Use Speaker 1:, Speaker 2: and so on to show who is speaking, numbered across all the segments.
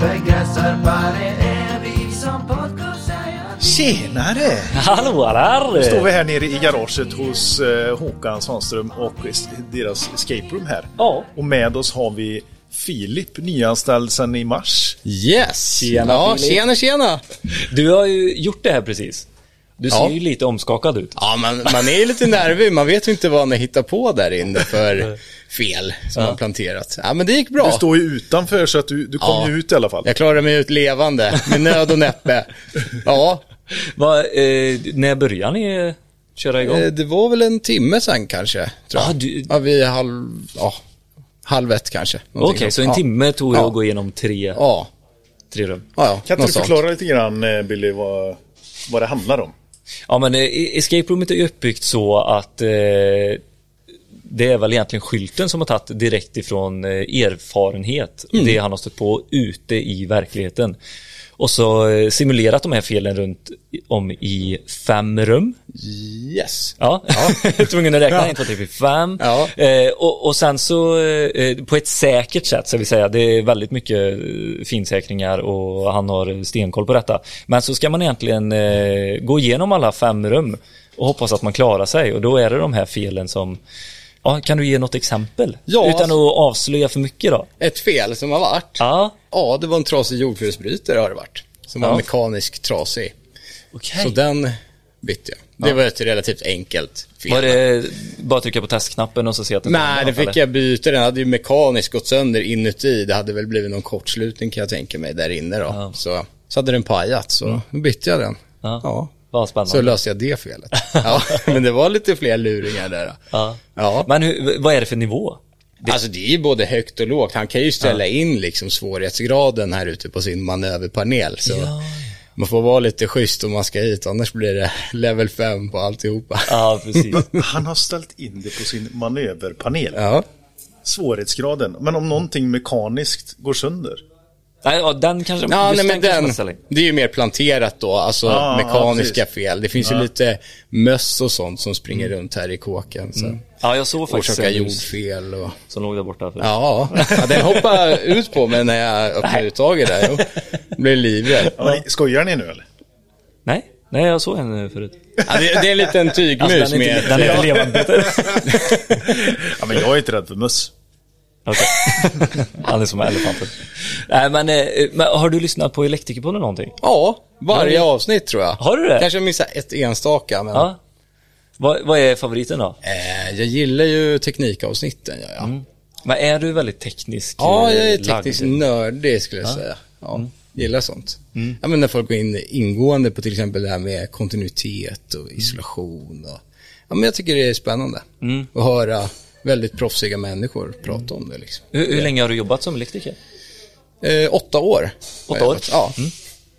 Speaker 1: Begränsar är vi som podcast säger
Speaker 2: Tjenare!
Speaker 3: Hallå där!
Speaker 2: Nu står vi här nere i garaget hos eh, Håkan Svanström och s- deras escape room här.
Speaker 3: Ja.
Speaker 2: Och med oss har vi Filip, nyanställd sedan i mars.
Speaker 4: Yes!
Speaker 3: Tjena,
Speaker 4: ja,
Speaker 3: Filip.
Speaker 4: tjena, tjena!
Speaker 3: Du har ju gjort det här precis. Du ser
Speaker 4: Ja.
Speaker 3: ju lite omskakad ut.
Speaker 4: Ja, man, man är ju lite nervig. Man vet ju inte vad man hittar på där inne för fel som man planterat. Ja, men det gick bra.
Speaker 2: Du står ju utanför så att du, du kom
Speaker 4: Ja.
Speaker 2: ju ut i alla fall.
Speaker 4: Jag klarade mig ut levande, med nöd och näppe. Ja,
Speaker 3: Va, eh, när började ni eh, köra igång?
Speaker 4: eh, det var väl en timme sen kanske, tror jag.
Speaker 3: Ah, du-
Speaker 4: Ja, vi halv... Ja, halv ett kanske.
Speaker 3: Okej,
Speaker 4: någonting
Speaker 3: så
Speaker 4: sånt. Ah.
Speaker 3: en
Speaker 4: Ja.
Speaker 3: timme tog det
Speaker 4: Ja.
Speaker 3: att gå igenom tre,
Speaker 4: Ja,
Speaker 3: tre rum.
Speaker 4: ja, ja.
Speaker 2: kan inte
Speaker 4: något
Speaker 2: du
Speaker 4: sånt.
Speaker 2: förklara lite grann eh, Billy vad, vad det handlar om?
Speaker 3: Ja, men eh, escape roomet är ju uppbyggt så att eh, det är väl egentligen skylten som har tagit direkt ifrån eh, erfarenhet, det han har stött på ute i verkligheten. Och så eh, simulerat de här felen runt i- om i fem rum.
Speaker 4: Yes.
Speaker 3: Ja, tvungen att räkna 1, 2, 3, 4, 5.
Speaker 4: Ja.
Speaker 3: Eh, och, och sen så eh, på ett säkert sätt, så vill säga, det är väldigt mycket eh, finsäkringar och han har stenkoll på detta. Men så ska man egentligen eh, gå igenom alla fem rum och hoppas att man klarar sig och då är det de här felen som Ja, kan du ge något exempel?
Speaker 4: Ja,
Speaker 3: Utan
Speaker 4: alltså-
Speaker 3: att avslöja för mycket då?
Speaker 4: Ett fel som har varit.
Speaker 3: Ja,
Speaker 4: Ja, det var en trasig jordfelsbrytare har det varit. Som var
Speaker 3: Ja.
Speaker 4: mekanisk trasig.
Speaker 3: okej.
Speaker 4: Så den bytte jag. Det var ett relativt enkelt fel.
Speaker 3: Var det bara trycka på testknappen och så se att den
Speaker 4: Nej,
Speaker 3: stämmer,
Speaker 4: det fick
Speaker 3: eller?
Speaker 4: jag byta. Den hade ju mekaniskt gått sönder inuti. Det hade väl blivit någon kortslutning kan jag tänka mig där inne då. Så, så hade den pajat, så då bytte jag den.
Speaker 3: Mm. Ja.
Speaker 4: Ja.
Speaker 3: Vad spännande.
Speaker 4: Så löste jag det felet. ja, men det var lite fler luringar där. då.
Speaker 3: Ja.
Speaker 4: ja.
Speaker 3: Men hur, vad är det för nivå?
Speaker 4: Alltså det är ju både högt och lågt. Han kan ju ställa in liksom svårighetsgraden här ute på sin manöverpanel. Så man får vara lite schysst om man ska hit, annars blir det level 5 på alltihopa.
Speaker 3: Ja, precis.
Speaker 2: Han har ställt in det på sin manöverpanel.
Speaker 4: Ja.
Speaker 2: Svårighetsgraden. Men om någonting mekaniskt går sönder?
Speaker 3: Nej, ja, den kanske...
Speaker 4: Ja,
Speaker 3: just
Speaker 4: nej, men
Speaker 3: kanske man
Speaker 4: den,
Speaker 3: ställer in.
Speaker 4: det är ju mer planterat då, alltså
Speaker 2: Ja, ja,
Speaker 4: mekaniska
Speaker 2: precis. Mm.
Speaker 4: fel. Det finns ju lite möss och sånt som springer runt här i kåken. Så.
Speaker 3: Ja, jag såg faktiskt
Speaker 4: Orsakar
Speaker 3: en mus
Speaker 4: jordfel och...
Speaker 3: som låg där borta. För.
Speaker 4: Ja, ja, den hoppade ut på mig när jag öppnade uttaget där. Jo. Blev livrädd.
Speaker 2: Ja. men Skojar ni nu eller?
Speaker 3: Nej, nej, jag såg en eh, förut.
Speaker 4: Ja, det, det är en liten tygmus
Speaker 3: Alltså, den är
Speaker 4: med...
Speaker 3: inte, den är inte levande.
Speaker 2: Ja, men jag är inte rädd för möss.
Speaker 3: Okej. Han är som elefanten. Nej, men, eh, men har du lyssnat på Elektrikerpodden någonting?
Speaker 4: Ja, varje avsnitt tror jag.
Speaker 3: Har du det?
Speaker 4: Kanske missar ett enstaka, men...
Speaker 3: Ja. Vad, vad är favoriten då?
Speaker 4: Eh, jag gillar ju teknikavsnitten, gör jag.
Speaker 3: Men är du väldigt teknisk?
Speaker 4: Ja,
Speaker 3: eh,
Speaker 4: jag är
Speaker 3: lagd? Mm.
Speaker 4: tekniskt nördig skulle jag säga. Ja, Gillar sånt. Ja, men när folk går in ingående på till exempel det här med kontinuitet och isolation. Och, ja, men jag tycker det är spännande
Speaker 3: Mm.
Speaker 4: att höra väldigt proffsiga människor prata om det. Liksom.
Speaker 3: Hur, hur länge har du jobbat som elektriker?
Speaker 4: Eh, åtta år. har
Speaker 3: Åtta år? Mm.
Speaker 4: jag jobbat. Ja.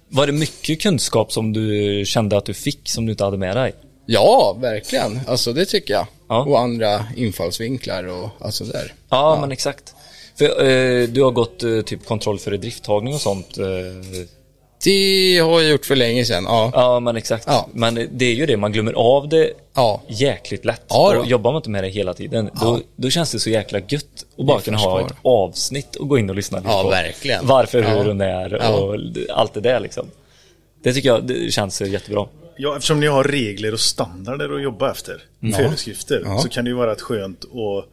Speaker 3: Var det mycket kunskap som du kände att du fick som du inte hade med dig?
Speaker 4: ja, verkligen. Alltså det tycker jag.
Speaker 3: Ja.
Speaker 4: Och andra infallsvinklar och allt sånt där.
Speaker 3: Ja, men exakt. För, eh, du har gått eh, typ kontroll för drifttagning och sånt. Eh,
Speaker 4: Det har jag gjort för länge sedan. Ja.
Speaker 3: Ja, men exakt.
Speaker 4: Ja.
Speaker 3: Men det är ju det, man glömmer av det
Speaker 4: Ja.
Speaker 3: jäkligt lätt.
Speaker 4: Ja, då.
Speaker 3: och jobbar man inte med det hela tiden, då, då känns det så jäkla gött att bara kunna ha ett
Speaker 4: förstår.
Speaker 3: avsnitt och gå in och lyssna lite
Speaker 4: Ja,
Speaker 3: på.
Speaker 4: verkligen.
Speaker 3: Varför,
Speaker 4: Ja.
Speaker 3: hur och när och allt det där liksom. Det tycker jag det känns jättebra.
Speaker 2: Ja, eftersom ni har regler och standarder att jobba efter, föreskrifter, så kan det ju vara rätt skönt och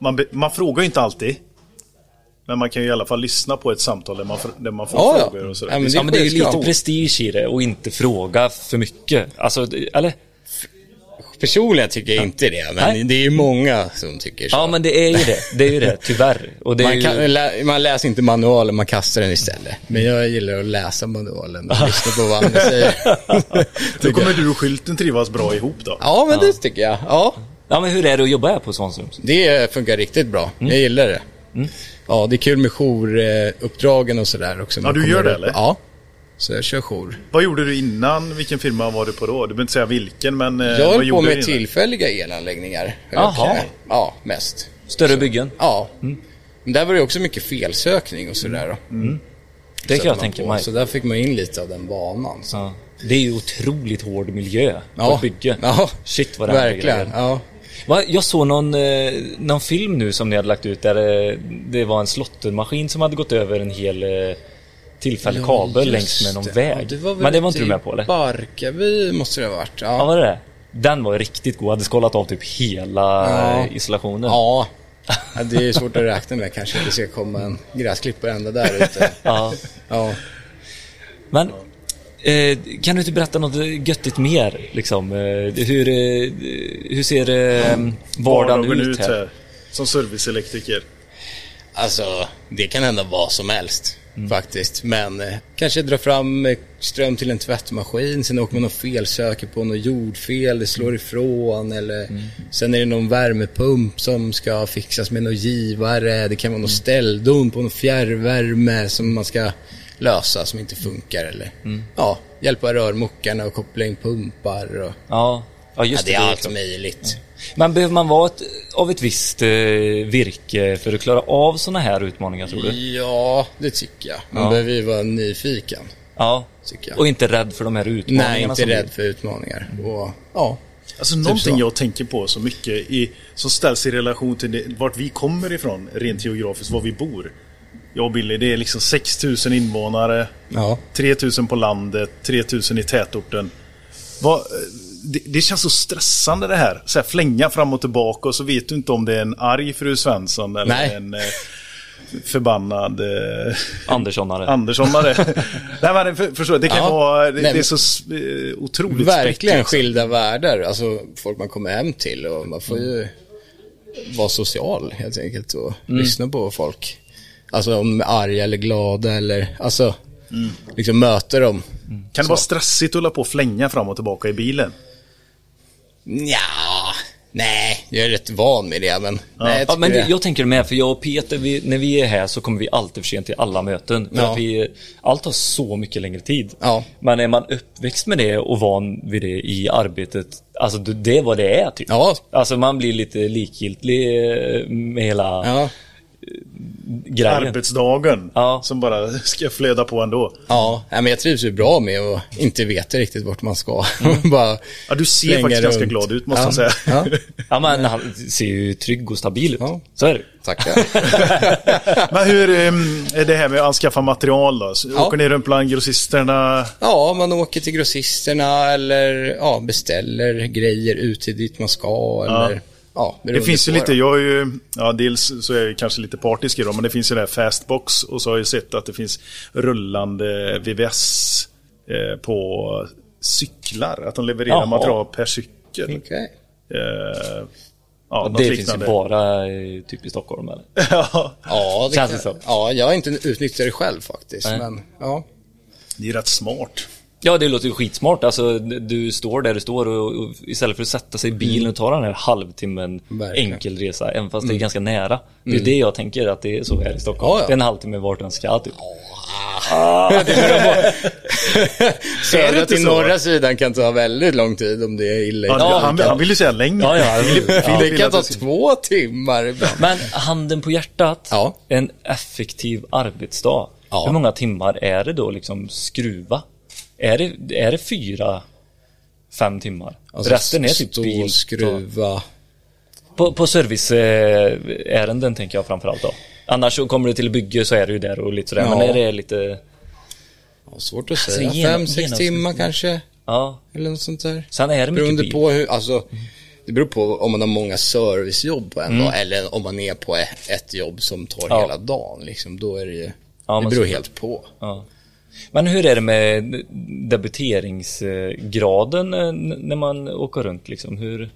Speaker 2: man, be- man frågar ju inte alltid, men man kan ju i alla fall lyssna på ett samtal där man, fr- där man får
Speaker 4: Ja, ja.
Speaker 2: frågor och sådär.
Speaker 4: Ja, men det-
Speaker 3: Ja, men det är ju
Speaker 4: skitbra.
Speaker 3: lite prestige i det och inte fråga för mycket. Alltså, det- eller?
Speaker 4: Personligen tycker jag inte det, men
Speaker 3: Nej.
Speaker 4: det är ju många som tycker så.
Speaker 3: Ja, men det är ju det. Det är ju det, tyvärr. Och det är
Speaker 4: Man,
Speaker 3: ju...
Speaker 4: kan, lä, man läser inte manualen, man kastar den istället. Ah. Men jag gillar att läsa manualen och lyssna på vad andra säger.
Speaker 2: Då
Speaker 4: Tycker jag.
Speaker 2: kommer du och skylten trivas bra ihop då.
Speaker 4: Ja, men det tycker jag. Ja,
Speaker 3: Ja, men hur är det att jobba här på Svansums?
Speaker 4: det funkar riktigt bra. Jag gillar det. Ja, det är kul med jouruppdragen och sådär också. Man
Speaker 2: du
Speaker 4: kommer
Speaker 2: gör det,
Speaker 4: upp-
Speaker 2: eller? Eh,
Speaker 4: Ja, så jag kör jour.
Speaker 2: Vad gjorde du innan? Vilken firma var du på då? Du behöver inte säga vilken, men eh,
Speaker 4: Jag
Speaker 2: vad
Speaker 4: höll på
Speaker 2: gjorde du
Speaker 4: med
Speaker 2: innan?
Speaker 4: tillfälliga elanläggningar.
Speaker 3: Jaha.
Speaker 4: Okej. Ja, mest.
Speaker 3: Större byggen?
Speaker 4: Ja. Men där var det också mycket felsökning och sådär. då.
Speaker 3: Det kan
Speaker 4: Sätter
Speaker 3: jag
Speaker 4: man
Speaker 3: tänka
Speaker 4: på.
Speaker 3: mig.
Speaker 4: Så där fick man in lite av den banan. Så.
Speaker 3: Ja. Det är ju otroligt hård miljö på ett bygge.
Speaker 4: Ja.
Speaker 3: Shit vad det här
Speaker 4: Verkligen.
Speaker 3: grejer.
Speaker 4: Ja.
Speaker 3: Va, Jag såg någon, eh, någon film nu som ni hade lagt ut där eh, det var en slottermaskin som hade gått över en hel eh, tillfällig kabel
Speaker 4: just
Speaker 3: längs med någon
Speaker 4: det. Ja,
Speaker 3: väg.
Speaker 4: du var väl typ
Speaker 3: Men det var inte
Speaker 4: ute
Speaker 3: du
Speaker 4: i
Speaker 3: med på eller?
Speaker 4: Barkarby måste det ha varit. Ja,
Speaker 3: Ja, var det det? Den var riktigt god. Jag hade skalat av typ hela
Speaker 4: Ja.
Speaker 3: eh, isolationen.
Speaker 4: Ja. Ja, det är svårt att räkna med kanske att det ska komma en gräsklippare ända där ute.
Speaker 3: Ja.
Speaker 4: Ja.
Speaker 3: Men eh, kan du inte berätta något göttigt mer? Liksom? Eh, hur, eh, hur ser eh, vardagen ut här?
Speaker 2: Som serviceelektriker.
Speaker 4: Alltså, det kan hända vad som helst faktiskt. Men eh, kanske dra fram eh, ström till en tvättmaskin, sen åker man och felsöker på något jordfel, det slår ifrån eller sen är det någon värmepump som ska fixas med någon givare, det kan vara någon ställdon på någon fjärrvärme som man ska lösa som inte funkar eller ja, hjälpa rörmokarna och koppla in pumpar
Speaker 3: Ja,
Speaker 4: och
Speaker 3: ja,
Speaker 4: ja,
Speaker 3: just
Speaker 4: det är
Speaker 3: det.
Speaker 4: allt möjligt.
Speaker 3: Men behöver man vara ett, av ett visst eh, virke för att klara av sådana här utmaningar tror du?
Speaker 4: Ja, det tycker jag. Man
Speaker 3: Ja.
Speaker 4: behöver ju vara nyfiken.
Speaker 3: Ja,
Speaker 4: Tycker jag.
Speaker 3: och inte rädd för de här utmaningarna.
Speaker 4: Nej, inte
Speaker 3: som blir.
Speaker 4: rädd för utmaningar. Och, ja.
Speaker 2: Alltså någonting
Speaker 4: Typ så.
Speaker 2: jag tänker på så mycket i, som ställs i relation till det, vart vi kommer ifrån rent geografiskt, var vi bor. Jag och Billy, det är liksom 6000 invånare,
Speaker 4: Ja.
Speaker 2: 3000 på landet, 3000 i tätorten. Vad, eh, det, det känns så stressande det här. Så här. Flänga fram och tillbaka och så vet du inte om det är en arg fru Svensson eller
Speaker 4: Nej.
Speaker 2: en eh, förbannad eh,
Speaker 3: Anderssonare.
Speaker 2: Anderssonare. Nej, men för, förstår, du, det kan
Speaker 4: Ja.
Speaker 2: vara, det,
Speaker 4: Nej, men-
Speaker 2: det är så s- eh, otroligt
Speaker 4: Verkligen
Speaker 2: sprickigt.
Speaker 4: skilda världar. Alltså folk man kommer hem till och man får ju vara social helt enkelt och
Speaker 2: Mm.
Speaker 4: lyssna på folk. Alltså om de är arga eller glada eller alltså
Speaker 2: Mm.
Speaker 4: liksom möta dem.
Speaker 2: Kan det vara stressigt att hålla på och flänga fram och tillbaka i bilen?
Speaker 4: Ja, nej, jag är rätt van med det men. Nej, jag
Speaker 3: Ja, men det,
Speaker 4: tycker det.
Speaker 3: jag tänker med, för jag och Peter, vi, när vi är här så kommer vi alltid för sent till alla möten. För
Speaker 4: Ja.
Speaker 3: att vi, allt tar så mycket längre tid.
Speaker 4: Ja.
Speaker 3: Men är man uppväxt med det och van vid det i arbetet, alltså det- det är vad det är typ.
Speaker 4: Ja.
Speaker 3: Alltså man blir lite likgiltig eh, med hela
Speaker 4: Ja,
Speaker 3: grejen.
Speaker 2: Arbetsdagen
Speaker 3: Ja.
Speaker 2: som bara ska flöda på ändå.
Speaker 4: ja nej, men jag trivs ju bra med att inte veta riktigt vart man ska. Bara
Speaker 2: Mm. Ja, du ser
Speaker 4: slänga
Speaker 2: faktiskt ganska
Speaker 4: runt.
Speaker 2: glad ut måste jag säga.
Speaker 4: Ja.
Speaker 3: Ja, men han ser ju trygg och stabil ut.
Speaker 4: Ja.
Speaker 3: Så är det.
Speaker 4: Tackar.
Speaker 2: Men hur ehm, är det här med att anskaffa material då? Så
Speaker 4: Ja.
Speaker 2: Åker ni runt bland grossisterna?
Speaker 4: Ja, man åker till grossisterna eller ja, beställer grejer ut till dit man ska. Eller, ja.
Speaker 2: Det
Speaker 4: beroende
Speaker 2: finns ju
Speaker 4: på
Speaker 2: lite,
Speaker 4: då.
Speaker 2: jag är ju, ja dels så är jag ju kanske lite partisk i dem, men det finns ju det här Fastbox och så har jag ju sett att det finns rullande VVS eh, på cyklar. Att de levererar
Speaker 3: Jaha.
Speaker 2: material per cykel.
Speaker 4: Okej.
Speaker 2: Eh, ja, något
Speaker 3: det finns
Speaker 2: liknande.
Speaker 3: ju bara eh, typ i Stockholm eller?
Speaker 2: ja,
Speaker 4: Ja, det
Speaker 3: Känns
Speaker 4: kan,
Speaker 3: det så?
Speaker 4: ja, jag har inte utnyttjat det själv faktiskt. Men, ja.
Speaker 2: det är rätt smart.
Speaker 3: Ja, det låter ju skitsmart. Alltså, du står där du står och, och istället för att sätta sig i bilen och ta den här halvtimmen
Speaker 4: Mm. Verkligen. Mm.
Speaker 3: enkel resa, även fast det är ganska nära. Det är det jag tänker att det är så här i Stockholm.
Speaker 4: Ja, ja.
Speaker 3: Det är en halvtimme vart den ska typ.
Speaker 2: det
Speaker 4: Södra
Speaker 2: inte
Speaker 4: till
Speaker 2: så?
Speaker 4: norra sidan kan ta väldigt lång tid om det är illa.
Speaker 2: Ja,
Speaker 3: Ja,
Speaker 2: han,
Speaker 3: ja.
Speaker 2: han vill ju säga längre.
Speaker 3: Ja, ja.
Speaker 2: Filip-
Speaker 3: Ja.
Speaker 2: Filip
Speaker 4: det
Speaker 2: vill
Speaker 4: kan
Speaker 2: att
Speaker 4: ta
Speaker 2: jag ska-
Speaker 4: två timmar ibland.
Speaker 3: Men handen på hjärtat,
Speaker 4: Ja.
Speaker 3: en effektiv arbetsdag.
Speaker 4: Ja.
Speaker 3: Hur många timmar är det då liksom skruva? Är det, är det fyra, fem timmar? Resten är typ
Speaker 4: Alltså, stå,
Speaker 3: bil.
Speaker 4: skruva.
Speaker 3: På, på serviceärenden tänker jag framförallt då. Annars så kommer du till bygge så är du ju där och lite sådär. Men
Speaker 4: Ja.
Speaker 3: är det lite...
Speaker 4: Ja, svårt att
Speaker 3: Alltså,
Speaker 4: säga.
Speaker 3: genom-
Speaker 4: Fem, sex
Speaker 3: genomsnitt.
Speaker 4: timmar kanske.
Speaker 3: Ja.
Speaker 4: Eller något sånt där.
Speaker 3: Sen är det mycket
Speaker 4: Beroende
Speaker 3: bil.
Speaker 4: på hur, alltså, det beror på om man har många servicejobb på en dag eller om man är på e- ett jobb som tar
Speaker 3: Mm. Ja.
Speaker 4: hela dagen. Liksom. Då är det ju,
Speaker 3: Ja,
Speaker 4: det
Speaker 3: men
Speaker 4: beror
Speaker 3: så-
Speaker 4: helt på.
Speaker 3: ja. Men hur är det med debiteringsgraden eh, n- när man åker runt liksom? Hur...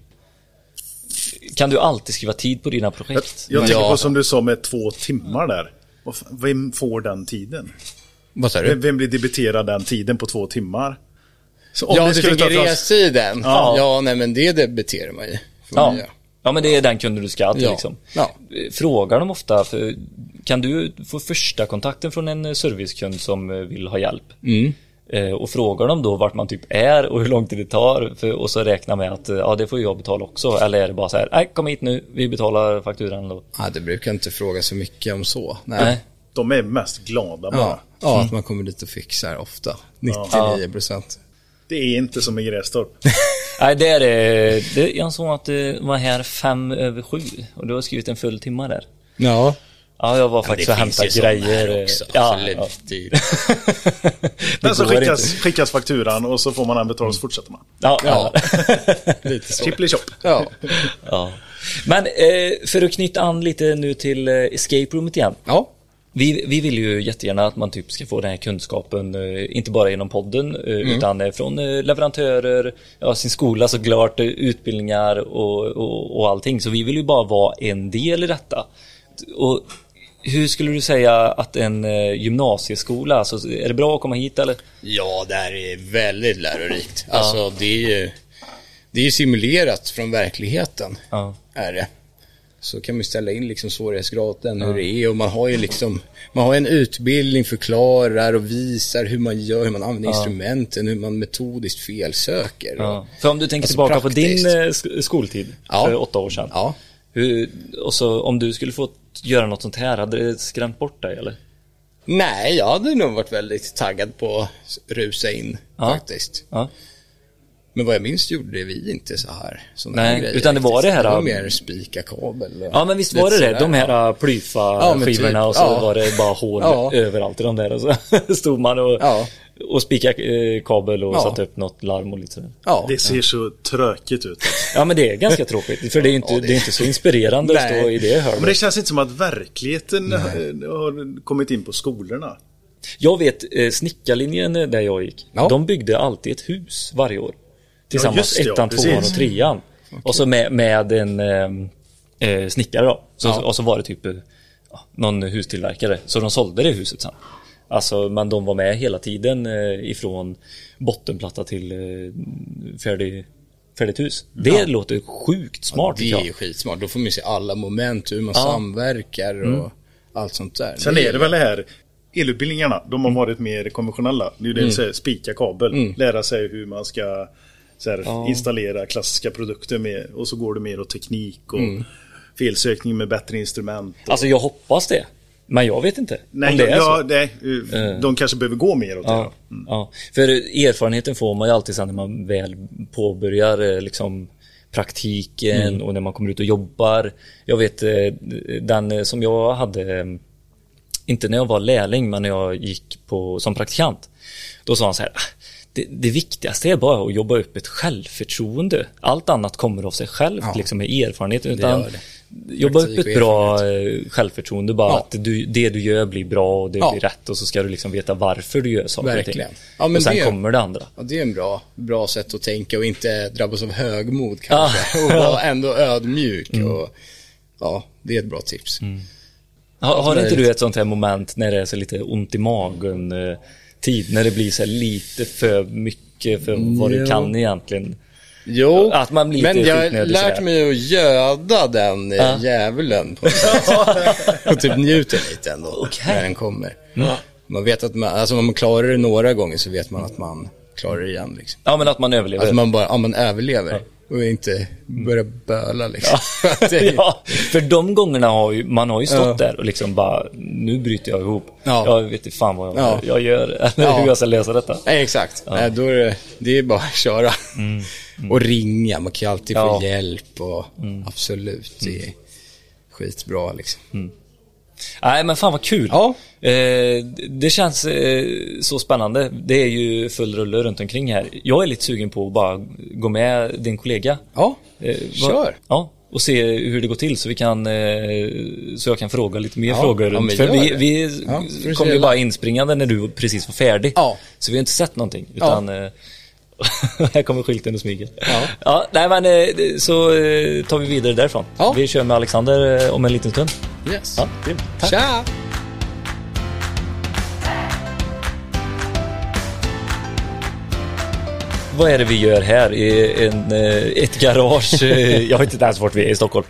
Speaker 3: Kan du alltid skriva tid på dina projekt?
Speaker 2: Jag tänker
Speaker 4: Ja.
Speaker 2: på som du sa med två timmar där. Vad fan, Vem får den tiden?
Speaker 4: Vad sa
Speaker 2: Vem
Speaker 4: du?
Speaker 2: vem blir debiterad den tiden på två timmar? Så om
Speaker 4: Ja,
Speaker 2: det
Speaker 4: du
Speaker 2: skulle
Speaker 4: tänker
Speaker 2: ta trans-
Speaker 4: restiden.
Speaker 2: Ja.
Speaker 4: Ja. ja, nej men det debiterar man ju. Får
Speaker 3: Ja.
Speaker 4: man göra.
Speaker 3: ja, men det är den kunden du ska till
Speaker 4: Ja.
Speaker 3: liksom.
Speaker 4: Ja.
Speaker 3: Frågar de ofta, för, kan du få första kontakten från en eh, servicekund som eh, vill ha hjälp?
Speaker 4: Mm.
Speaker 3: Eh, Och frågar de då vart man typ är och hur lång tid det tar för, och så räkna med att eh, ja, det får jag betala också. Eller är det bara så här, nej kom hit nu, vi betalar fakturan då.
Speaker 4: Ja, det brukar inte fråga så mycket om så. Nej.
Speaker 3: Nej. Mm.
Speaker 2: De är mest glada bara.
Speaker 4: Ja. ja, att man kommer dit och fixar ofta. 99 procent.
Speaker 2: Det är inte som i Grästorp.
Speaker 3: Nej, det är det. eh, det. Jag såg att det var här fem över sju och du har skrivit en full timme där.
Speaker 4: Ja.
Speaker 3: Ja, jag var faktiskt och hämtade grejer. eh,
Speaker 4: också.
Speaker 3: Ja,
Speaker 4: Alltså,
Speaker 3: ja.
Speaker 4: det-
Speaker 3: Det
Speaker 2: Men så
Speaker 3: går
Speaker 2: skickas,
Speaker 3: inte.
Speaker 2: skickas fakturan och så får man den betald så fortsätter man.
Speaker 3: Ja, ja.
Speaker 4: Ja. Lite så.
Speaker 2: Chippeli-chopp.
Speaker 4: Ja.
Speaker 3: Ja. Men eh, för att knyta an lite nu till eh, escape roomet igen.
Speaker 4: ja.
Speaker 3: Vi, vi vill ju jättegärna att man typ ska få den här kunskapen, eh, inte bara genom podden, eh,
Speaker 4: Mm.
Speaker 3: utan eh, från eh, leverantörer, ja, sin skola såklart, eh, utbildningar och, och, och allting. Så vi vill ju bara vara en del i detta. Och hur skulle du säga att en eh, gymnasieskola, alltså, är det bra att komma hit eller?
Speaker 4: Ja, det här är väldigt lärorikt. Alltså det är ju det är ju simulerat från verkligheten.
Speaker 3: Ja.
Speaker 4: Är det. Så kan man ju ställa in liksom svårighetsgraden, hur det är och man har ju liksom, man har en utbildning, förklarar och visar hur man gör, hur man använder instrumenten, hur man metodiskt felsöker.
Speaker 3: Ja. För om du tänker
Speaker 4: Alltså,
Speaker 3: tillbaka
Speaker 4: praktiskt.
Speaker 3: på din eh, sk- skoltid
Speaker 4: Ja.
Speaker 3: för åtta år sedan.
Speaker 4: Ja.
Speaker 3: Hur, och så om du skulle få göra något sånt här, hade det skrämt bort dig eller?
Speaker 4: Nej, jag hade nog varit väldigt taggad på att rusa in
Speaker 3: Ja.
Speaker 4: faktiskt.
Speaker 3: Ja.
Speaker 4: Men vad jag minns gjorde vi inte så här. såna
Speaker 3: Nej,
Speaker 4: här grejer,
Speaker 3: utan det var
Speaker 4: faktiskt.
Speaker 3: det här-
Speaker 4: Det var mer spika kabel. och
Speaker 3: Ja men visst
Speaker 4: lite
Speaker 3: var det det,
Speaker 4: sådär.
Speaker 3: de här äh,
Speaker 4: Ja, men
Speaker 3: plyfa
Speaker 4: typ.
Speaker 3: skivorna och så
Speaker 4: Ja.
Speaker 3: var det bara hål
Speaker 4: Ja.
Speaker 3: överallt i de där och så stod man och,
Speaker 4: Ja.
Speaker 3: och spikade eh, kabel och
Speaker 4: Ja.
Speaker 3: satte upp något larm och lite sådär.
Speaker 4: Ja.
Speaker 2: Det ser så trökigt ut.
Speaker 3: Ja men det är ganska tråkigt för det är ju inte,
Speaker 4: Ja,
Speaker 3: det...
Speaker 4: det-
Speaker 3: är inte så inspirerande att
Speaker 4: Nej.
Speaker 3: stå i det
Speaker 2: Men det
Speaker 3: hörnet.
Speaker 2: känns inte som att verkligheten eh, har kommit in på skolorna.
Speaker 3: Jag vet eh, snickarlinjen eh, där jag gick,
Speaker 4: Ja.
Speaker 3: de byggde alltid ett hus varje år. Tillsammans
Speaker 2: just det, ja,
Speaker 3: ettan, tvåan och
Speaker 2: precis.
Speaker 3: trean. Och så med, med en eh, eh, snickare då. Så, Och så var det typ eh, ja, någon hustillverkare. Så de sålde det huset sen. Alltså, men de var med hela tiden eh, ifrån bottenplatta till eh, färdig, färdigt hus. Det låter sjukt smart
Speaker 4: Det
Speaker 3: tycker
Speaker 4: är
Speaker 3: jag.
Speaker 4: ju skitsmart. Då får man ju se alla moment, hur man samverkar och
Speaker 3: Mm.
Speaker 4: allt sånt där.
Speaker 2: Sen är det väl det här, elutbildningarna, de har varit mer konventionella. Det är ju det, så här, spika kabel, lära sig hur man ska så här, installera klassiska produkter med, och så går det mer åt teknik och felsökning med bättre instrument.
Speaker 3: Alltså jag hoppas det. Men jag vet inte
Speaker 2: Nej,
Speaker 3: om det är så.
Speaker 2: ja, nej, eh, de kanske behöver gå mer åt det.
Speaker 3: Ja,
Speaker 4: Mm.
Speaker 3: ja. För erfarenheten får man ju alltid sen när man väl påbörjar eh, liksom, praktiken
Speaker 4: Mm.
Speaker 3: och när man kommer ut och jobbar. Jag vet eh, den eh, som jag hade, eh, inte när jag var lärling, men när jag gick på, som praktikant. Då sa han så här, "Ah, det, det viktigaste är bara att jobba upp ett självförtroende. Allt annat kommer av sig självt liksom, med erfarenhet. Utan
Speaker 4: gör
Speaker 3: Jobba upp
Speaker 4: Praktik och
Speaker 3: ett bra eh, självförtroende, bara
Speaker 4: Ja.
Speaker 3: att du, det du gör blir bra och det
Speaker 4: Ja.
Speaker 3: blir rätt och så ska du liksom veta varför du gör saker. saker och ting.
Speaker 4: Verkligen. Ja, men
Speaker 3: och sen
Speaker 4: det-
Speaker 3: kommer det andra.
Speaker 4: Ja, det är en bra, bra sätt att tänka och inte drabbas av högmod
Speaker 3: Ah.
Speaker 4: kanske. Och vara ändå ödmjuk.
Speaker 3: Mm.
Speaker 4: Och, ja, det är ett bra tips.
Speaker 3: Har, har
Speaker 4: det är
Speaker 3: inte du
Speaker 4: lite-
Speaker 3: ett sånt här moment när det är så lite ont i magen eh, tid, när det blir så här lite för mycket för vad du
Speaker 4: Jo.
Speaker 3: kan egentligen?
Speaker 4: Jo,
Speaker 3: Att man blir
Speaker 4: men
Speaker 3: lite
Speaker 4: jag har
Speaker 3: skitnödig
Speaker 4: lärt
Speaker 3: sådär. Ah.
Speaker 4: mig att göda den eh, djävulen på något sätt. Och typ njuter lite ändå när den kommer.
Speaker 3: Mm.
Speaker 4: Man vet att man, alltså om man klarar det några gånger så vet man att man klarar det igen liksom.
Speaker 3: Ja men att man överlever.
Speaker 4: Att man bara, ja man överlever och inte börjar böla liksom. Att det-
Speaker 3: Mm. ja, för de gångerna har ju, man har ju stått där och liksom bara, nu bryter jag ihop.
Speaker 4: Ja.
Speaker 3: Jag vet inte fan vad jag,
Speaker 4: Ja.
Speaker 3: jag gör, eller
Speaker 4: Ja.
Speaker 3: hur jag ska lösa detta.
Speaker 4: Nej, exakt. Nej, då är det, det är bara att köra. Och ringa, man kan ju alltid
Speaker 3: Mm. Ja. Mm.
Speaker 4: få hjälp och absolut, det är skitbra liksom.
Speaker 3: Nej men fan vad kul.
Speaker 4: Ja.
Speaker 3: Eh, det känns eh, så spännande. Det är ju full rulle runt omkring här. Jag är lite sugen på att bara gå med din kollega.
Speaker 4: Ja,
Speaker 3: Eh, vad-
Speaker 4: kör.
Speaker 3: Ja, och se hur det går till så vi kan eh, så jag kan fråga lite mer frågor.
Speaker 4: ja,
Speaker 3: runt.
Speaker 4: men
Speaker 3: för
Speaker 4: gör
Speaker 3: vi,
Speaker 4: det.
Speaker 3: vi
Speaker 4: Ja, får du
Speaker 3: kom ju
Speaker 4: se.
Speaker 3: bara inspringande när du precis var färdig.
Speaker 4: Ja.
Speaker 3: Så vi har inte sett någonting. Utan, eh, här kommer skylten och smyger.
Speaker 4: Ja.
Speaker 3: Ja, nej men eh, så eh, tar vi vidare därifrån.
Speaker 4: Ja.
Speaker 3: Vi kör med Alexander eh, om en liten stund.
Speaker 4: Yes.
Speaker 3: Ja, grymt. Tack.
Speaker 4: Tja!
Speaker 3: Vad är det vi gör här i en, eh, ett garage? eh, Jag vet inte ens vart vi är i Stockholm.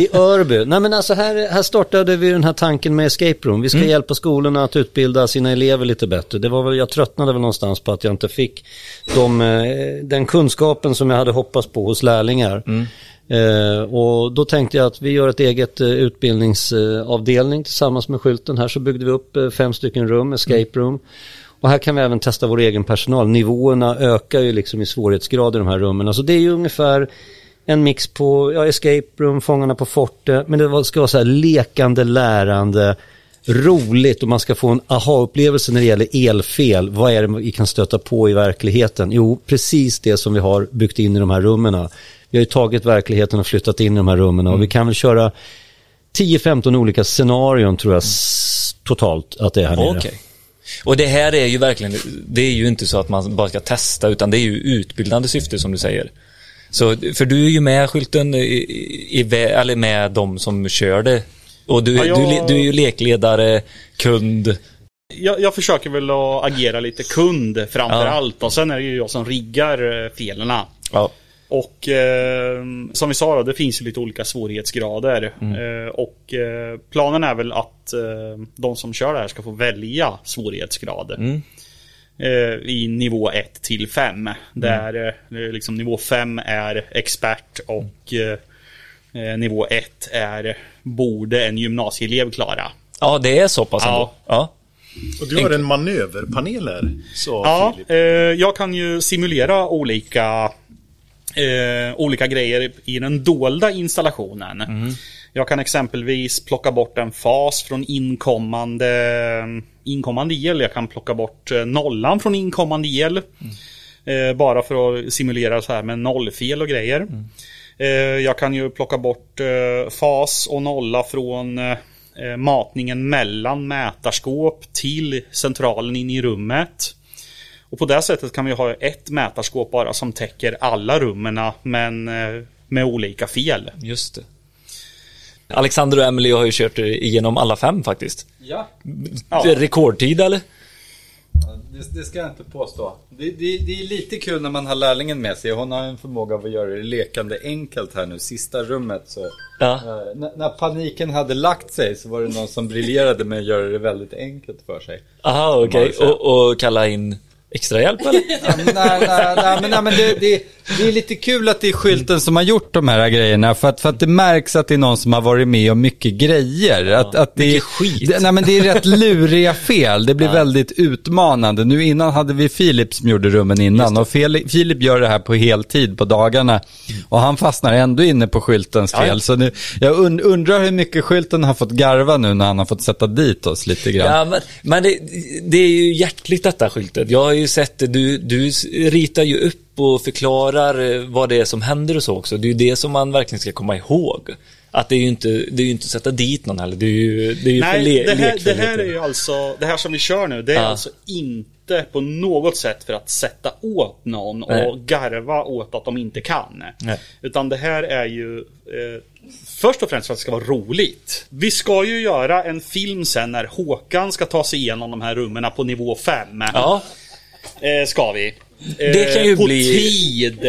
Speaker 5: I Örby. Nej men alltså här, här startade vi den här tanken med escape room. Vi ska hjälpa skolorna att utbilda sina elever lite bättre. Det var väl, jag tröttnade väl någonstans på att jag inte fick de, eh, den kunskapen som jag hade hoppats på hos lärlingar. Eh, och då tänkte jag att vi gör ett eget eh, utbildningsavdelning tillsammans med skylten. Här så byggde vi upp eh, fem stycken rum, escape room. Och här kan vi även testa vår egen personal. Nivåerna ökar ju liksom i svårighetsgrad i de här rummen. Alltså det är ju ungefär en mix på ja, Escape Room, Fångarna på fortet, men det var- ska vara så här lekande, lärande, roligt och man ska få en aha-upplevelse när det gäller elfel. Vad är det vi kan stöta på i verkligheten? Jo, precis det som vi har byggt in i de här rummen. Vi har ju tagit verkligheten och flyttat in i de här rummen och vi kan väl köra 10-15 olika scenarion tror jag s- totalt att det är här nere.
Speaker 3: Okej. Och det här är ju verkligen, det är ju inte så att man bara ska testa utan det är ju utbildande syfte som du säger. Så, för du är ju med skylten, i, i, i, vä- eller med de som kör det. Och du,
Speaker 6: Ja, jag-
Speaker 3: du, le- du är ju lekledare, kund.
Speaker 6: Jag, jag försöker väl att agera lite kund framför
Speaker 3: Ja.
Speaker 6: allt och sen är det ju jag som riggar eh, felerna.
Speaker 3: Ja.
Speaker 6: Och eh, som vi sa då, det finns ju lite olika svårighetsgrader. Eh, och eh, planen är väl att eh, de som kör det här ska få välja svårighetsgrader. Eh, I nivå 1 till 5. Där eh, liksom nivå 5 är expert och eh, eh, nivå 1 är borde en gymnasieelev klara.
Speaker 3: ja, det är så pass ändå. Ja.
Speaker 2: Och du har en manöverpanel här, sa
Speaker 6: Ja,
Speaker 2: Filip.
Speaker 6: eh, jag kan ju simulera olika, eh, olika grejer i den dolda installationen. Jag kan exempelvis plocka bort en fas från inkommande, inkommande el. Jag kan plocka bort eh, nollan från inkommande el. Eh, bara för att simulera så här med nollfel och grejer. Eh, jag kan ju plocka bort eh, fas och nolla från eh, eh, matningen mellan mätarskåp till centralen in i rummet. Och på det sättet kan vi ha ett mätarskåp bara som täcker alla rummen men eh, med olika fel.
Speaker 3: Just det. Alexander och Emily har ju kört eh, igenom alla fem faktiskt.
Speaker 7: Ja,
Speaker 6: Ja.
Speaker 3: Det är Rekordtid eller?
Speaker 7: det, det ska jag inte påstå. Det, det, det är lite kul när man har lärlingen med sig. Hon har en förmåga av att göra det lekande enkelt här nu. Sista rummet så...
Speaker 3: Ja.
Speaker 7: Eh, när, när paniken hade lagt sig så var det någon som briljerade med att göra det väldigt enkelt för sig.
Speaker 3: Aha, okej. Och, och kalla in extra hjälp eller?
Speaker 7: Ja, men nej, nej, nej, men, nej, men det, det, det är lite kul att det är skylten som har gjort de här grejerna. För att, för att det märks att det är någon som har varit med om mycket grejer. Att, att det,
Speaker 3: mycket skit.
Speaker 7: Det, nej, men det är rätt luriga fel. Det blir väldigt utmanande. Nu innan hade vi Filip som gjorde rummen innan. Och Fel- Filip gör det här på heltid på dagarna. Och han fastnar ändå inne på skyltens fel. Så nu, jag und, undrar hur mycket skylten har fått garva nu när han har fått sätta dit oss lite grann.
Speaker 3: Ja, men, men det, det är ju hjärtligt detta skyltet. Jag har ju sett det. Du, du s- ritar ju upp och förklarar eh, vad det är som händer och så också. Det är ju det som man verkligen ska komma ihåg. Att det är ju inte, det är ju inte att sätta dit någon heller. Det är ju, det är ju för le,
Speaker 6: Nej, det här, det
Speaker 3: lekfullheten.
Speaker 6: här är ju alltså, det här som vi kör nu, det är
Speaker 3: Ja.
Speaker 6: alltså inte på något sätt för att sätta åt någon
Speaker 3: Nej.
Speaker 6: och garva åt att de inte kan.
Speaker 3: Nej.
Speaker 6: Utan det här är ju eh, först och främst för att det ska vara roligt. Vi ska ju göra en film sen när Håkan ska ta sig igenom de här rummen på nivå 5.
Speaker 3: Ja,
Speaker 6: Eh, ska vi. Eh,
Speaker 3: Det kan ju
Speaker 6: på
Speaker 3: bli-
Speaker 6: tid.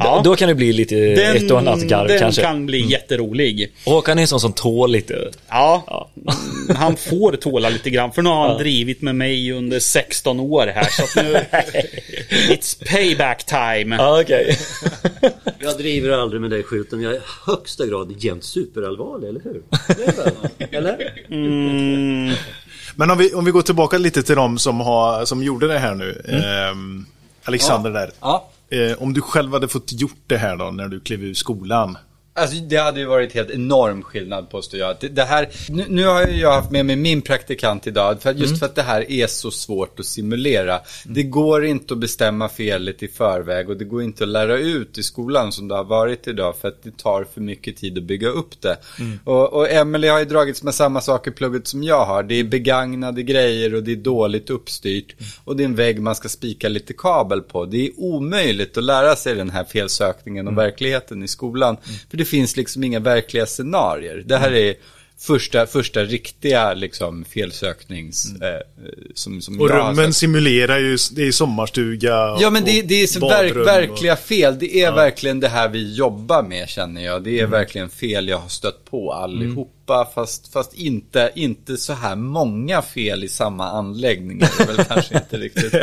Speaker 6: Ja.
Speaker 3: Då kan det bli lite Eh, ett och annat garv
Speaker 6: den
Speaker 3: kanske.
Speaker 6: kan bli jätterolig.
Speaker 3: Håkan är en sån som tål lite.
Speaker 6: Ja,
Speaker 3: Ja.
Speaker 6: Mm, han får tåla lite grann för nu har han drivit med mig under 16 år här. Så att nu, it's payback time.
Speaker 3: Ja, okej.
Speaker 5: Jag driver aldrig med dig skylten. Jag är i högsta grad jämt superallvarlig, eller hur? eller?
Speaker 2: Men om vi, om vi går tillbaka lite till de som, har, som gjorde det här nu. ehm, Alexander där.
Speaker 7: Ja.
Speaker 2: Eh, om du själv hade fått gjort det här då, när du klev ur skolan.
Speaker 7: Alltså det hade ju varit helt enorm skillnad påstår jag. Det, det här, nu, nu har ju jag haft med mig min praktikant idag, för, just för att det här är så svårt att simulera. Det går inte att bestämma felet i förväg och det går inte att lära ut i skolan som det har varit idag för att det tar för mycket tid att bygga upp det. Mm.
Speaker 3: Mm.
Speaker 7: Och, och Emelie har ju dragits med samma saker i plugget som jag har. Det är begagnade grejer och det är dåligt uppstyrt och det är en vägg man ska spika lite kabel på. Det är omöjligt att lära sig den här felsökningen och verkligheten i skolan. För det finns liksom inga verkliga scenarier. Det här är första, första riktiga liksom, felsöknings... Eh, som, som
Speaker 2: Och
Speaker 7: jag har
Speaker 2: rummen
Speaker 7: sett.
Speaker 2: simulerar ju, det är sommarstuga
Speaker 7: Ja men det,
Speaker 2: och
Speaker 7: det är så
Speaker 2: badrum
Speaker 7: verk,
Speaker 2: och-
Speaker 7: verkliga fel. Det är verkligen det här vi jobbar med känner jag. Det är
Speaker 2: Mm.
Speaker 7: verkligen fel jag har stött på allihopa. Fast, fast inte, inte så här många fel i samma anläggning. Det är väl kanske inte riktigt.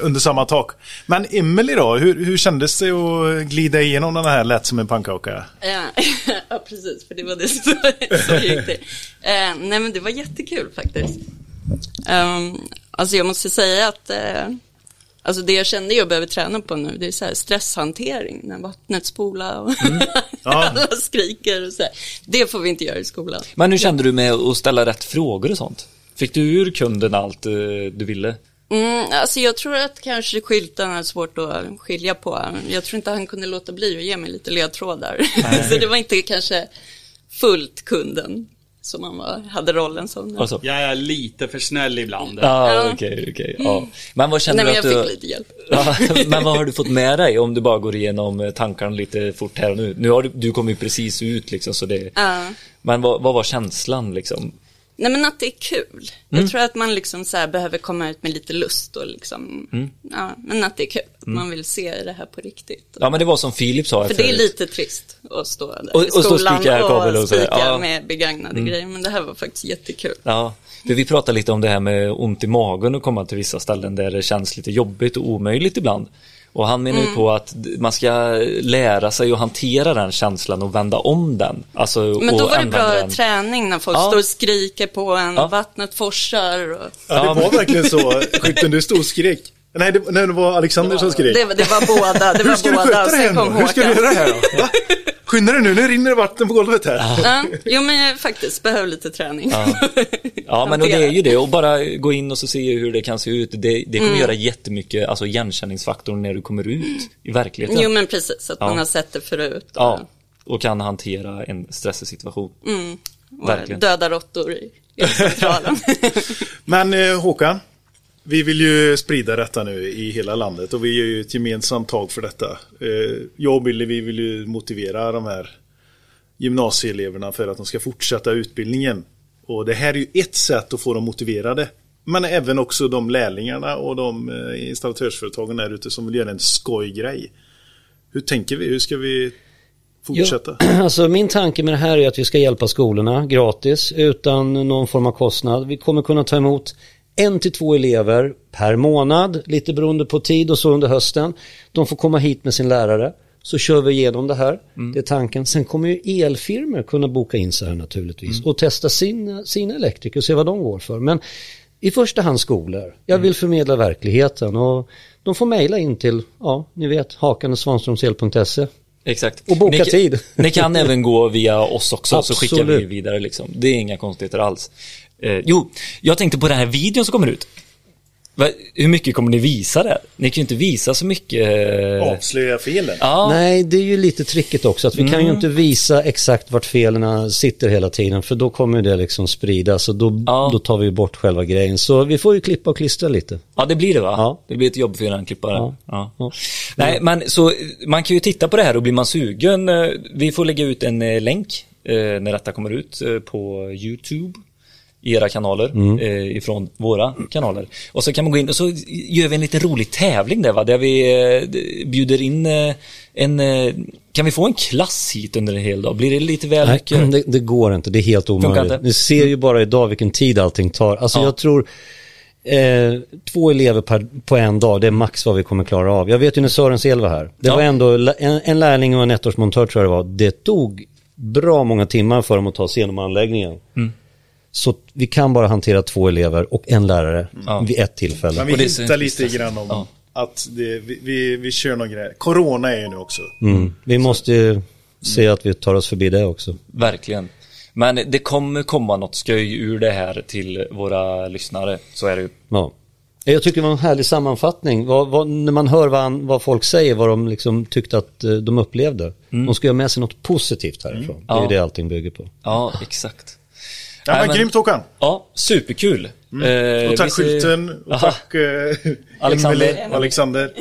Speaker 2: under samma tak. Men Emelie då, hur, hur kändes det att glida igenom den här lätt som en pannkaka?
Speaker 8: Eh, ja, precis, för det var det som som gick till. Eh, nej, men det var jättekul faktiskt. Ehm, alltså jag måste säga att eh, Alltså det jag kände jag behöver träna på nu, det är så här stresshantering när vattnet spolar och alla skriker och så här. Det får vi inte göra i skolan.
Speaker 3: Men hur kände du med att ställa rätt frågor och sånt? Fick du ur kunden allt eh, du ville?
Speaker 8: Mm, alltså jag tror att kanske skylten är svårt att skilja på. Jag tror inte han kunde låta bli att ge mig lite ledtrådar. så det var inte kanske fullt kunden som han var, hade rollen som.
Speaker 3: Och så.
Speaker 6: Jag är lite för snäll ibland.
Speaker 3: Ja,
Speaker 8: Ja.
Speaker 3: Alltså. Ah,
Speaker 8: Mm.
Speaker 3: okej, okej. ja. Men vad känner
Speaker 8: Nej, men
Speaker 3: du
Speaker 8: jag
Speaker 3: att du...
Speaker 8: fick lite hjälp.
Speaker 3: Ja, men vad har du fått med dig om du bara går igenom eh, tankarna lite fort här och nu? Nu har du, du kommit precis ut liksom så det...
Speaker 8: Ja.
Speaker 3: Men vad, vad var känslan liksom?
Speaker 8: Nej men att det är kul.
Speaker 3: Mm.
Speaker 8: Jag tror att man liksom så här behöver komma ut med lite lust och liksom,
Speaker 3: Mm.
Speaker 8: ja, men att det är kul. Att Man vill se det här på riktigt.
Speaker 3: Ja men det var som Filip sa här
Speaker 8: För det är
Speaker 3: förut.
Speaker 8: lite trist att stå där
Speaker 3: Och- och
Speaker 8: i
Speaker 3: stå och
Speaker 8: skolan och
Speaker 3: spika
Speaker 8: spika,
Speaker 3: kabel och så här, ja. Mm.
Speaker 8: med begagnade grejer. Men det här var faktiskt jättekul.
Speaker 3: Ja, för vi pratade lite om det här med ont i magen och komma till vissa ställen där det känns lite jobbigt och omöjligt ibland. Och han menar ju
Speaker 8: Mm.
Speaker 3: på att d- man ska lära sig att hantera den känslan och vända om den. Alltså,
Speaker 8: Men
Speaker 3: och
Speaker 8: då var det
Speaker 3: använda
Speaker 8: bra
Speaker 3: den.
Speaker 8: träning när folk
Speaker 3: Ja.
Speaker 8: står och skriker på en,
Speaker 3: Ja.
Speaker 8: vattnet forsar. Och...
Speaker 2: Ja, det var verkligen så. Skytten, du stod och skrek. Nej, det, nej, det var Alexander som skrek.
Speaker 8: Det, det var båda, det
Speaker 2: Hur
Speaker 8: var
Speaker 2: ska du
Speaker 8: båda.
Speaker 2: sköta
Speaker 8: och
Speaker 2: det
Speaker 8: Sen
Speaker 2: här
Speaker 8: kom
Speaker 2: nu? Hur ska du
Speaker 8: Håkan.
Speaker 2: göra det här då? Va? Skynda dig nu, nu rinner det vatten på golvet här.
Speaker 8: Ja, jo men jag faktiskt behöver lite träning.
Speaker 3: Ja, men och det är ju det. Och bara gå in och så se hur det kan se ut. Det, det
Speaker 8: Mm.
Speaker 3: kommer göra jättemycket, alltså igenkänningsfaktorn när du kommer ut i verkligheten.
Speaker 8: Jo men precis, att
Speaker 3: Ja.
Speaker 8: man har sett det förut. Och,
Speaker 3: Ja, och kan hantera en stressig situation. verkligen.
Speaker 8: Mm. och döda råttor i i centralen.
Speaker 2: Men eh, Håkan, vi vill ju sprida detta nu i hela landet och vi gör ju ett gemensamt tag för detta. Eh, jag och Billy, vi vill ju motivera de här gymnasieeleverna för att de ska fortsätta utbildningen. Och det här är ju ett sätt att få dem motiverade. Men även också de lärlingarna och de eh, installatörsföretagen där ute som vill göra en skojgrej. Hur tänker vi? Hur ska vi fortsätta?
Speaker 5: Alltså min tanke med det här är att vi ska hjälpa skolorna gratis utan någon form av kostnad. Vi kommer kunna ta emot en till två elever per månad, lite beroende på tid och så under hösten. De får komma hit med sin lärare, så kör vi igenom det här. Det är tanken. Sen kommer ju elfirmor kunna boka in sig här naturligtvis och testa sina, sina elektriker och se vad de går för. Men i första hand skolor. Jag vill förmedla verkligheten och de får mejla in till, ja, ni vet, hakanesvanstromsel.se.
Speaker 3: Exakt.
Speaker 5: Och boka
Speaker 3: ni,
Speaker 5: tid.
Speaker 3: Ni kan även gå via oss också så skickar vi
Speaker 5: Absolut.
Speaker 3: vidare liksom. Det är inga konstigheter alls. Eh, jo, jag tänkte på den här videon som kommer ut. Va, hur mycket kommer ni visa där? Ni kan ju inte visa så mycket. eh,
Speaker 2: Avslöja felen?
Speaker 3: Ja, Mm.
Speaker 5: Nej, det är ju lite tricket också. Att vi kan ju inte visa exakt vart felen sitter hela tiden. För då kommer det liksom spridas och då,
Speaker 3: Ja.
Speaker 5: då tar vi ju bort själva grejen. Så vi får ju klippa och klistra lite.
Speaker 3: Ja, det blir det va?
Speaker 5: Ja.
Speaker 3: Det blir ett jobb för en klippare. Ja.
Speaker 5: Ja. Ja.
Speaker 3: Nej, men så eh, man kan ju titta på det här och blir man sugen, eh, vi får lägga ut en eh, länk eh, när detta kommer ut eh, på YouTube i era kanaler
Speaker 5: Mm.
Speaker 3: eh, ifrån våra kanaler. Och så kan man gå in och så gör vi en liten rolig tävling där va, där vi eh, d- bjuder in eh, en, eh, kan vi få en klass hit under en hel dag? Blir det lite väl
Speaker 5: Nej,
Speaker 3: mycket?
Speaker 5: det, det går inte. Det är helt
Speaker 3: inte?
Speaker 5: omöjligt. Ni ser ju bara idag vilken tid allting tar. Alltså
Speaker 3: Ja.
Speaker 5: jag tror eh, två elever per, på en dag, det är max vad vi kommer klara av. Jag vet ju när Sörens El var här. Det
Speaker 3: Ja.
Speaker 5: var ändå la- en, en lärling och en ettårsmontör tror jag det var. Det tog bra många timmar för dem att ta sig igenom anläggningen.
Speaker 3: Mm.
Speaker 5: Så t- vi kan bara hantera två elever och en lärare vid ett tillfälle.
Speaker 2: Men vi
Speaker 3: Och det är så
Speaker 2: hittar lite grann om
Speaker 3: Ja.
Speaker 2: att det, vi, vi, vi kör någon grej. Corona är ju nu också.
Speaker 5: Mm. Vi måste ju se att vi tar oss förbi det också.
Speaker 3: Verkligen. Men det kommer komma något sköj ur det här till våra lyssnare, så är det ju.
Speaker 5: Ja. Jag tycker det var en härlig sammanfattning. Vad, vad, när man hör vad, an- vad folk säger, vad de liksom tyckte att eh, de upplevde. De ska göra med sig något positivt härifrån. Det är
Speaker 3: Ja.
Speaker 5: ju det allting bygger på.
Speaker 3: Ja, exakt.
Speaker 2: Ja,
Speaker 3: Nej,
Speaker 2: men,
Speaker 3: men-
Speaker 2: grymt Håkan!
Speaker 3: Ja, superkul. Eh,
Speaker 2: Och
Speaker 3: vi
Speaker 2: tack
Speaker 3: ser-
Speaker 2: skylten, och
Speaker 3: Aha.
Speaker 2: tack eh,
Speaker 3: Alexander. Mm.
Speaker 2: Emelie, Alexander.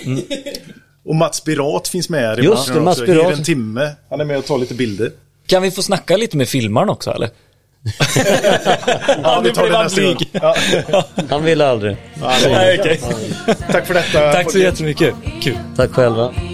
Speaker 2: Och Mats Pirat finns med här i
Speaker 5: Just
Speaker 2: bakgrunden
Speaker 5: det, Mats
Speaker 2: också. Hyr
Speaker 5: Pirat.
Speaker 2: en timme. Han är med och tar lite bilder.
Speaker 3: Kan vi få snacka lite med filmaren också eller?
Speaker 2: Ja, vi tar
Speaker 3: blev
Speaker 2: det
Speaker 3: han
Speaker 2: nästa gång.
Speaker 3: blyg.
Speaker 2: Ja.
Speaker 5: Han ville aldrig.
Speaker 2: Ja, det är bra.
Speaker 3: okej.
Speaker 2: Tack för detta.
Speaker 3: Tack så jättemycket. Kul.
Speaker 5: Tack själva.